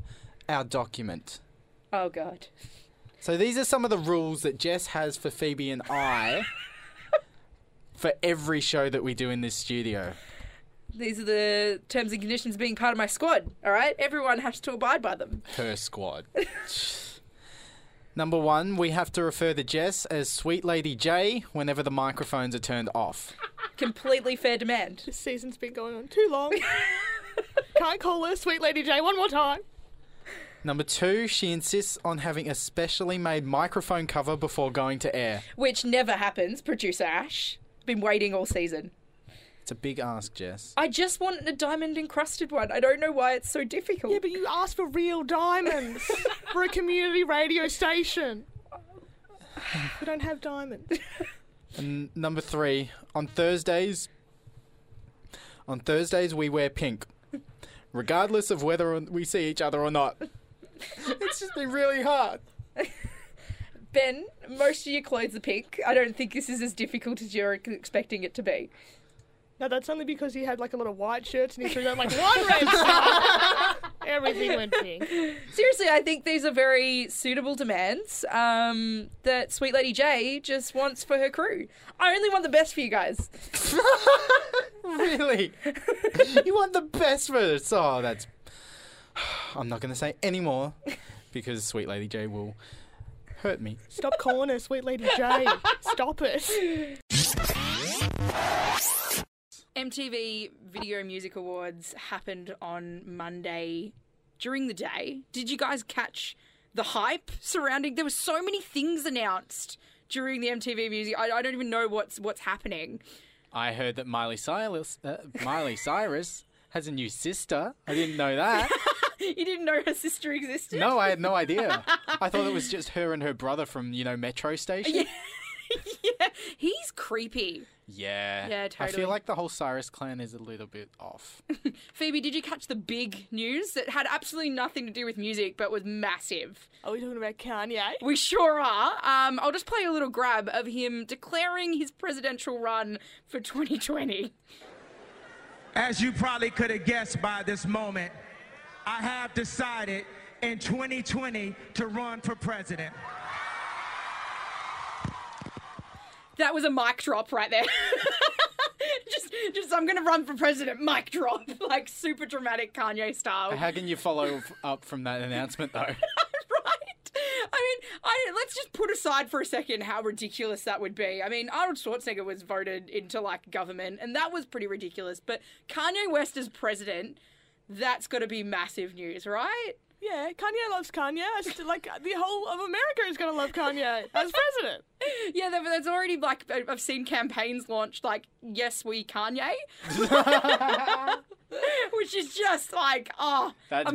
Speaker 1: our document.
Speaker 2: Oh God.
Speaker 1: So these are some of the rules that Jess has for Phoebe and I for every show that we do in this studio.
Speaker 2: These are the terms and conditions of being part of my squad. All right, everyone has to abide by them.
Speaker 1: Her squad. Number one, we have to refer to Jess as Sweet Lady J whenever the microphones are turned off.
Speaker 2: Completely fair demand.
Speaker 3: This season's been going on too long. Can't call her Sweet Lady J one more time.
Speaker 1: Number two, she insists on having a specially made microphone cover before going to air.
Speaker 2: Which never happens, producer Ash. Been waiting all season.
Speaker 1: It's a big ask, Jess.
Speaker 2: I just want a diamond encrusted one. I don't know why it's so difficult.
Speaker 3: Yeah, but you asked for real diamonds for a community radio station. We don't have diamonds.
Speaker 1: And number three, on Thursdays, on Thursdays we wear pink, regardless of whether we see each other or not. it's just been really hard.
Speaker 2: Ben, most of your clothes are pink. I don't think this is as difficult as you're expecting it to be.
Speaker 3: No, that's only because he had like a lot of white shirts and he threw out like one red star. Everything went pink.
Speaker 2: Seriously, I think these are very suitable demands um, that Sweet Lady J just wants for her crew. I only want the best for you guys.
Speaker 1: really? you want the best for this? Oh, that's. I'm not going to say any more because Sweet Lady J will hurt me.
Speaker 3: Stop calling her Sweet Lady J. Stop it.
Speaker 2: MTV Video Music Awards happened on Monday during the day. Did you guys catch the hype surrounding? There were so many things announced during the MTV Music. I, I don't even know what's what's happening.
Speaker 1: I heard that Miley Cyrus, uh, Miley Cyrus has a new sister. I didn't know that.
Speaker 2: you didn't know her sister existed.
Speaker 1: No, I had no idea. I thought it was just her and her brother from you know Metro Station. Yeah,
Speaker 2: He's creepy.
Speaker 1: yeah.
Speaker 2: Yeah,
Speaker 1: I
Speaker 2: totally.
Speaker 1: feel like the whole Cyrus clan is a little bit off.
Speaker 2: Phoebe, did you catch the big news that had absolutely nothing to do with music but was massive?
Speaker 3: Are we talking about Kanye?
Speaker 2: We sure are. Um, I'll just play a little grab of him declaring his presidential run for 2020.
Speaker 12: As you probably could have guessed by this moment, I have decided in 2020 to run for president.
Speaker 2: That was a mic drop right there. just, just I'm gonna run for president. Mic drop, like super dramatic Kanye style.
Speaker 1: How can you follow f- up from that announcement though?
Speaker 2: I mean, I, let's just put aside for a second how ridiculous that would be. I mean, Arnold Schwarzenegger was voted into like government, and that was pretty ridiculous. But Kanye West as president, that's got to be massive news, right?
Speaker 3: Yeah, Kanye loves Kanye. I still, like the whole of America is gonna love Kanye as president.
Speaker 2: Yeah, there- there's already like I- I've seen campaigns launched like "Yes, we Kanye," which is just like oh,
Speaker 1: That's
Speaker 2: a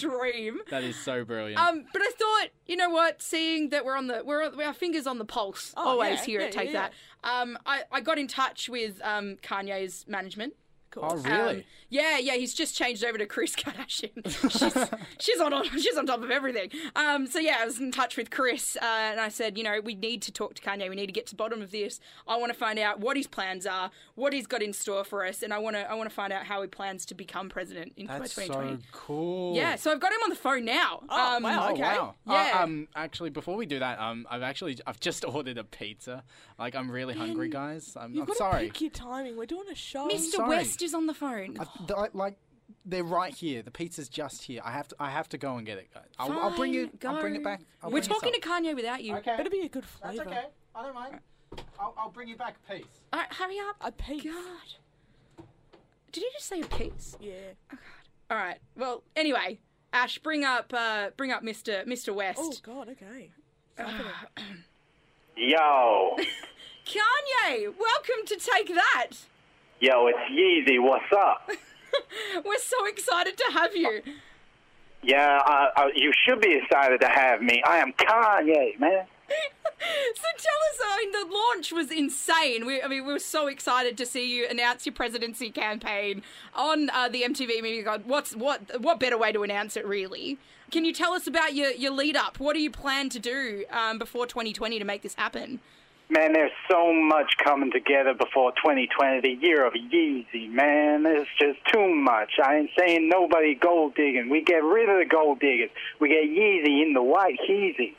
Speaker 1: brilliant.
Speaker 2: dream.
Speaker 1: That is so brilliant.
Speaker 2: Um, but I thought, you know what? Seeing that we're on the we're, we're our fingers on the pulse
Speaker 3: Oh,
Speaker 2: always
Speaker 3: yeah,
Speaker 2: here
Speaker 3: yeah,
Speaker 2: at Take
Speaker 3: yeah,
Speaker 2: That. Um, I, I got in touch with um Kanye's management.
Speaker 1: Cool. Oh, really?
Speaker 2: Um, yeah, yeah. He's just changed over to Chris Kardashian. she's, she's on she's on top of everything. Um, so yeah, I was in touch with Chris, uh, and I said, you know, we need to talk to Kanye. We need to get to the bottom of this. I want to find out what his plans are, what he's got in store for us, and I want to I want to find out how he plans to become president in
Speaker 1: That's
Speaker 2: 2020.
Speaker 1: so cool.
Speaker 2: Yeah, so I've got him on the phone now.
Speaker 3: Oh,
Speaker 2: um,
Speaker 3: wow,
Speaker 1: Oh,
Speaker 2: okay.
Speaker 1: wow. Uh,
Speaker 2: Yeah.
Speaker 1: um, actually, before we do that, um, I've actually I've just ordered a pizza. Like, I'm really hungry, guys. I'm,
Speaker 3: You've
Speaker 1: I'm
Speaker 3: got to
Speaker 1: sorry.
Speaker 3: pick your timing. We're doing a show.
Speaker 2: Mr.
Speaker 1: sorry.
Speaker 2: West
Speaker 11: messages on the phone.
Speaker 1: I, th- I- like they're right here. The pizza's just here. I have to. I have to go and get it, guys. I'll, I'll
Speaker 11: Fine,
Speaker 1: bring you. I'll bring it
Speaker 11: go.
Speaker 1: back. I'll
Speaker 11: We're
Speaker 1: bring you
Speaker 11: talking to
Speaker 1: some.
Speaker 11: Kanye without you.
Speaker 1: Okay. Better
Speaker 3: be a good flavour.
Speaker 1: okay. I don't mind. I'll, I'll bring you back a piece.
Speaker 11: All right, hurry up.
Speaker 3: A piece.
Speaker 11: God. Did you just say a piece?
Speaker 3: Yeah.
Speaker 2: All right. Well, anyway, Ash, bring up, uh, bring up Mr. Mr. West.
Speaker 3: Oh God. Okay.
Speaker 13: Yo,
Speaker 2: Kanye, welcome to Take That.
Speaker 13: yo, it's Yeezy. What's up?
Speaker 2: We're so excited to have you.
Speaker 13: Yeah, uh, uh, you should be excited to have me. I am Kanye, man.
Speaker 2: So tell us, I mean, the launch was insane. We, I mean, we were so excited to see you announce your presidency campaign on uh, the MTV Media God. What's what? What better way to announce it, really? Can you tell us about your your lead up? What do you plan to do um, before 2020 to make this happen?
Speaker 13: Man, there's so much coming together before 2020, the year of Yeezy, man. It's just too much. I ain't saying nobody gold digging. We get rid of the gold diggers. We get Yeezy in the white Yeezy.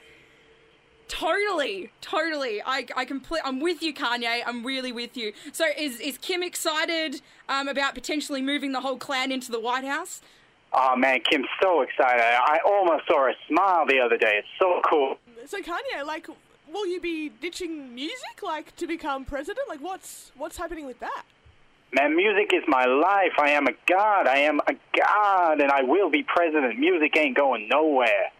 Speaker 2: Totally, totally. I, I complete. I'm with you, Kanye. I'm really with you. So, is is Kim excited um, about potentially moving the whole clan into the White House?
Speaker 13: Oh, man, Kim's so excited. I almost saw her smile the other day. It's so cool.
Speaker 3: So Kanye, like, will you be ditching music, like, to become president? Like, what's what's happening with that?
Speaker 13: Man, music is my life. I am a god. I am a god, and I will be president. Music ain't going nowhere.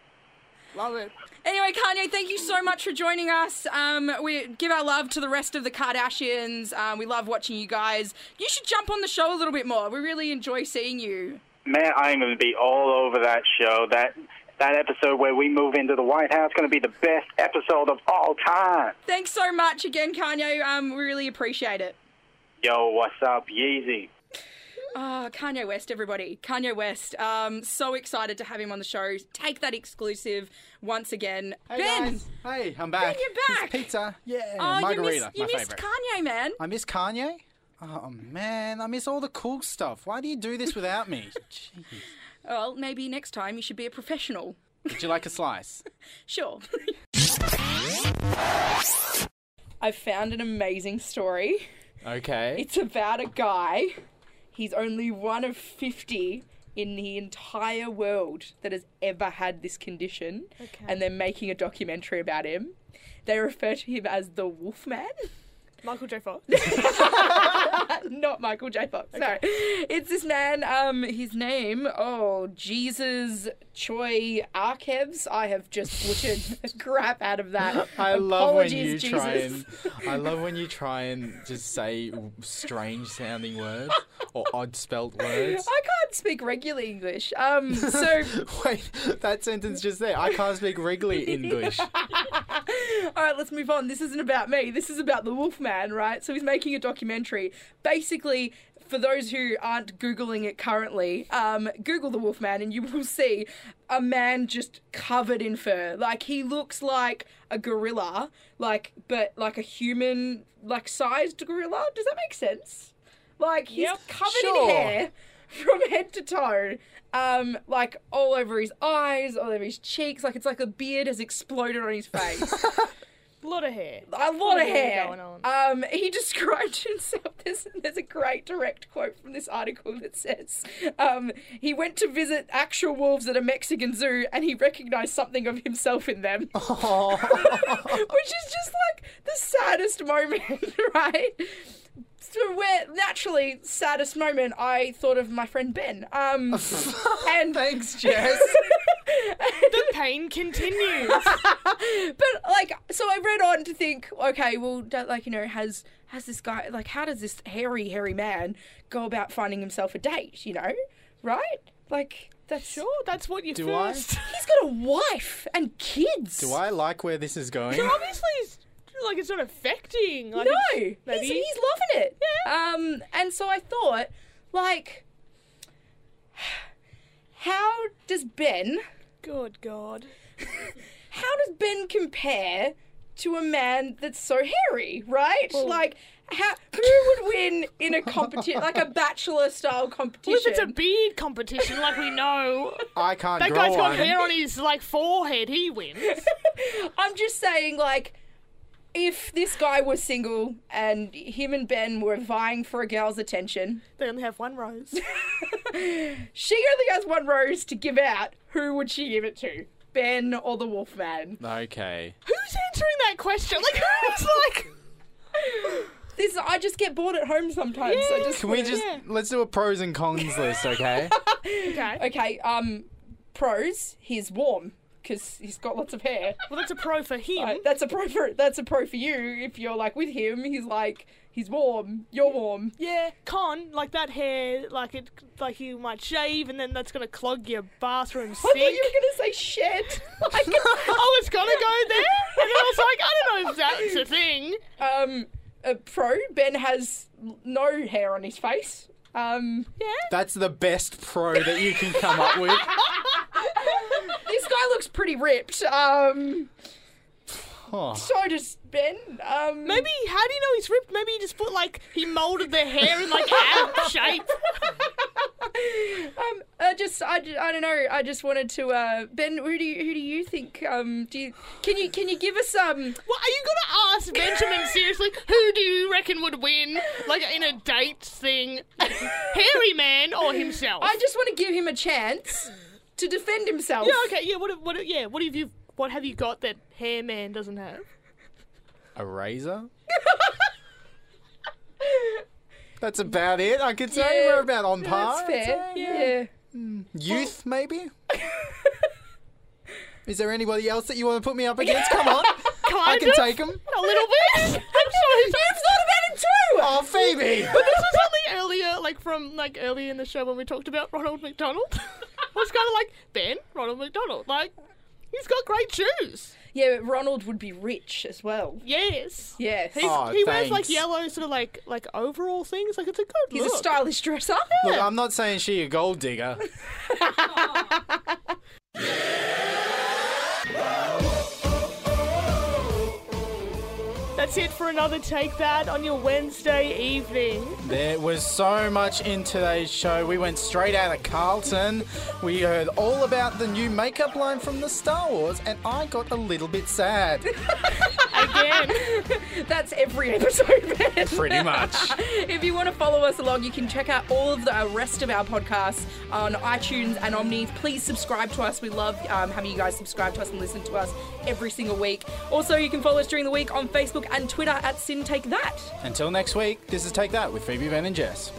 Speaker 3: Love it.
Speaker 2: Anyway, Kanye, thank you so much for joining us. Um, we give our love to the rest of the Kardashians. Um, we love watching you guys. You should jump on the show a little bit more. We really enjoy seeing you.
Speaker 13: Man, I'm going to be all over that show. That that episode where we move into the White House going to be the best episode of all time.
Speaker 2: Thanks so much again, Kanye. Um, we really appreciate it.
Speaker 13: Yo, what's up, Yeezy?
Speaker 2: Ah, Kanye West, everybody. Kanye West. Um, so excited to have him on the show. Take that exclusive once again.
Speaker 1: Hey,
Speaker 2: ben!
Speaker 1: guys. Hey, I'm back.
Speaker 2: Ben, you're
Speaker 1: It's
Speaker 2: back!
Speaker 1: pizza. Yeah.
Speaker 2: Oh,
Speaker 1: margarita.
Speaker 2: you,
Speaker 1: my
Speaker 2: miss, you missed
Speaker 1: favorite.
Speaker 2: Kanye, man.
Speaker 1: I miss Kanye. Oh man, I miss all the cool stuff. Why do you do this without me? Gee.
Speaker 2: Well, maybe next time you should be a professional.
Speaker 1: Would you like a slice?
Speaker 2: Sure. I found an amazing story.
Speaker 1: Okay.
Speaker 2: It's about a guy. He's only one of 50 in the entire world that has ever had this condition.
Speaker 3: Okay.
Speaker 2: And they're making a documentary about him. They refer to him as the Wolfman.
Speaker 3: Michael J. Fox.
Speaker 2: Not Michael J. Fox. No. It's this man, um, his name, oh, Jesus Choi Arkevs. I have just butchered the crap out of that.
Speaker 1: I love when you
Speaker 2: Apologies,
Speaker 1: try and
Speaker 2: Jesus.
Speaker 1: I love when you try and just say strange sounding words or odd spelt words.
Speaker 2: I can't speak regular English. Um, so
Speaker 1: wait, that sentence just there. I can't speak regular English.
Speaker 2: All right, let's move on. This isn't about me. This is about the Wolfman, right? So he's making a documentary. Basically, for those who aren't Googling it currently, um, Google the Wolfman and you will see a man just covered in fur. Like, he looks like a gorilla, like, but like a human, like, sized gorilla. Does that make sense? Like, he's covered
Speaker 1: Sure.
Speaker 2: in hair from head to toe. Um, like all over his eyes, all over his cheeks, like it's like a beard has exploded on his face.
Speaker 3: A lot of hair.
Speaker 2: A lot of hair.
Speaker 3: going on.
Speaker 2: Um, he described himself. There's, there's a great direct quote from this article that says um, he went to visit actual wolves at a Mexican zoo and he recognized something of himself in them. Which is just like the saddest moment, right? So where naturally saddest moment, I thought of my friend Ben. Um, and
Speaker 1: thanks, Jess.
Speaker 3: the pain continues.
Speaker 2: but like, so I read on to think, okay, well, don't, like you know, has has this guy like, how does this hairy, hairy man go about finding himself a date? You know, right? Like that's
Speaker 3: sure. That's what you
Speaker 1: Do I? first-
Speaker 2: He's got a wife and kids.
Speaker 1: Do I like where this is going?
Speaker 3: So obviously, it's, like it's not affecting. Like,
Speaker 2: no,
Speaker 3: it's-
Speaker 2: he's,
Speaker 3: maybe.
Speaker 2: he's loving it. Um, and so I thought, like, how does Ben?
Speaker 3: Good God.
Speaker 2: how does Ben compare to a man that's so hairy? Right? like, how, who would win in a competition, like a bachelor style competition?
Speaker 3: Well, if it's a beard competition, like we know,
Speaker 1: I can't
Speaker 3: that
Speaker 1: grow
Speaker 3: guy's got
Speaker 1: one.
Speaker 3: hair on his like forehead. He wins.
Speaker 2: I'm just saying, like, if this guy was single and him and Ben were vying for a girl's attention,
Speaker 3: they only have one rose.
Speaker 2: she only has one rose to give out. Who would she give it to? Ben or the Wolfman?
Speaker 1: Okay.
Speaker 3: Who's answering that question? Like, who's like.
Speaker 2: This I just get bored at home sometimes. I just
Speaker 1: Can we just let's do a pros and cons list, okay?
Speaker 2: okay. Okay. Um, pros. He's warm because he's got lots of hair.
Speaker 3: Well, that's a pro for him.
Speaker 2: that's a pro for that's a pro for you. If you're like with him, he's like he's warm. You're warm.
Speaker 3: Yeah, con like that hair, like it, like you might shave, and then that's gonna clog your bathroom sink. I thought you
Speaker 2: were gonna say shed.
Speaker 3: Like, I was gonna go there, and then I was like, I don't know if that's a thing.
Speaker 2: Um, a pro. Ben has no hair on his face. Um, yeah.
Speaker 1: That's the best pro that you can come up with.
Speaker 2: this guy looks pretty ripped. Um,
Speaker 1: Huh.
Speaker 2: so does Ben. Um,
Speaker 3: Maybe how do you know he's ripped? Maybe he just put like he molded the hair in like ab shape.
Speaker 2: Um, I just, I, ju- I don't know. I just wanted to, uh, Ben. Who do you, who do you think? Um, do you can you can you give us um?
Speaker 3: What are you gonna ask Benjamin seriously? Who do you reckon would win, like in a date thing, hairy man or himself?
Speaker 2: I just want to give him a chance to defend himself.
Speaker 3: Yeah, okay, yeah. What, what, yeah, what have you, what have you got that hair man doesn't have?
Speaker 1: A razor? That's about it, I could say.
Speaker 3: Yeah.
Speaker 1: We're about on
Speaker 3: Yeah,
Speaker 1: par.
Speaker 3: that's
Speaker 1: I'd
Speaker 3: fair.
Speaker 1: say.
Speaker 3: Yeah.
Speaker 1: Youth, maybe? Is there anybody else that you want to put me up against? Come on. I
Speaker 3: Kind
Speaker 1: can
Speaker 3: of.
Speaker 1: take him.
Speaker 3: A little bit. I'm sorry. You've
Speaker 2: thought about it too.
Speaker 1: Oh, Phoebe.
Speaker 3: But this was only earlier, like from like earlier in the show when we talked about Ronald McDonald. I was kind of like Ben Ronald McDonald. Like he's got great shoes.
Speaker 2: Yeah, but Ronald would be rich as well.
Speaker 3: Yes.
Speaker 2: Yes.
Speaker 3: He's,
Speaker 1: Oh,
Speaker 3: he wears like yellow sort of like like overall things. Like it's a good
Speaker 2: He's
Speaker 3: look.
Speaker 2: a stylish dresser.
Speaker 1: Look, I'm not saying she a gold digger.
Speaker 3: That's it for another take that on your Wednesday evening.
Speaker 1: There was so much in today's show. We went straight out of Carlton. We heard all about the new makeup line from the Star Wars, and I got a little bit sad.
Speaker 3: Again.
Speaker 2: That's every episode, Ben.
Speaker 1: Pretty much.
Speaker 2: if you want to follow us along, you can check out all of the uh, rest of our podcasts on iTunes and Omni. Please subscribe to us. We love um, having you guys subscribe to us and listen to us every single week. Also, you can follow us during the week on Facebook and Twitter at Sin Take That.
Speaker 1: Until next week, this is Take That with Phoebe Van and Jess.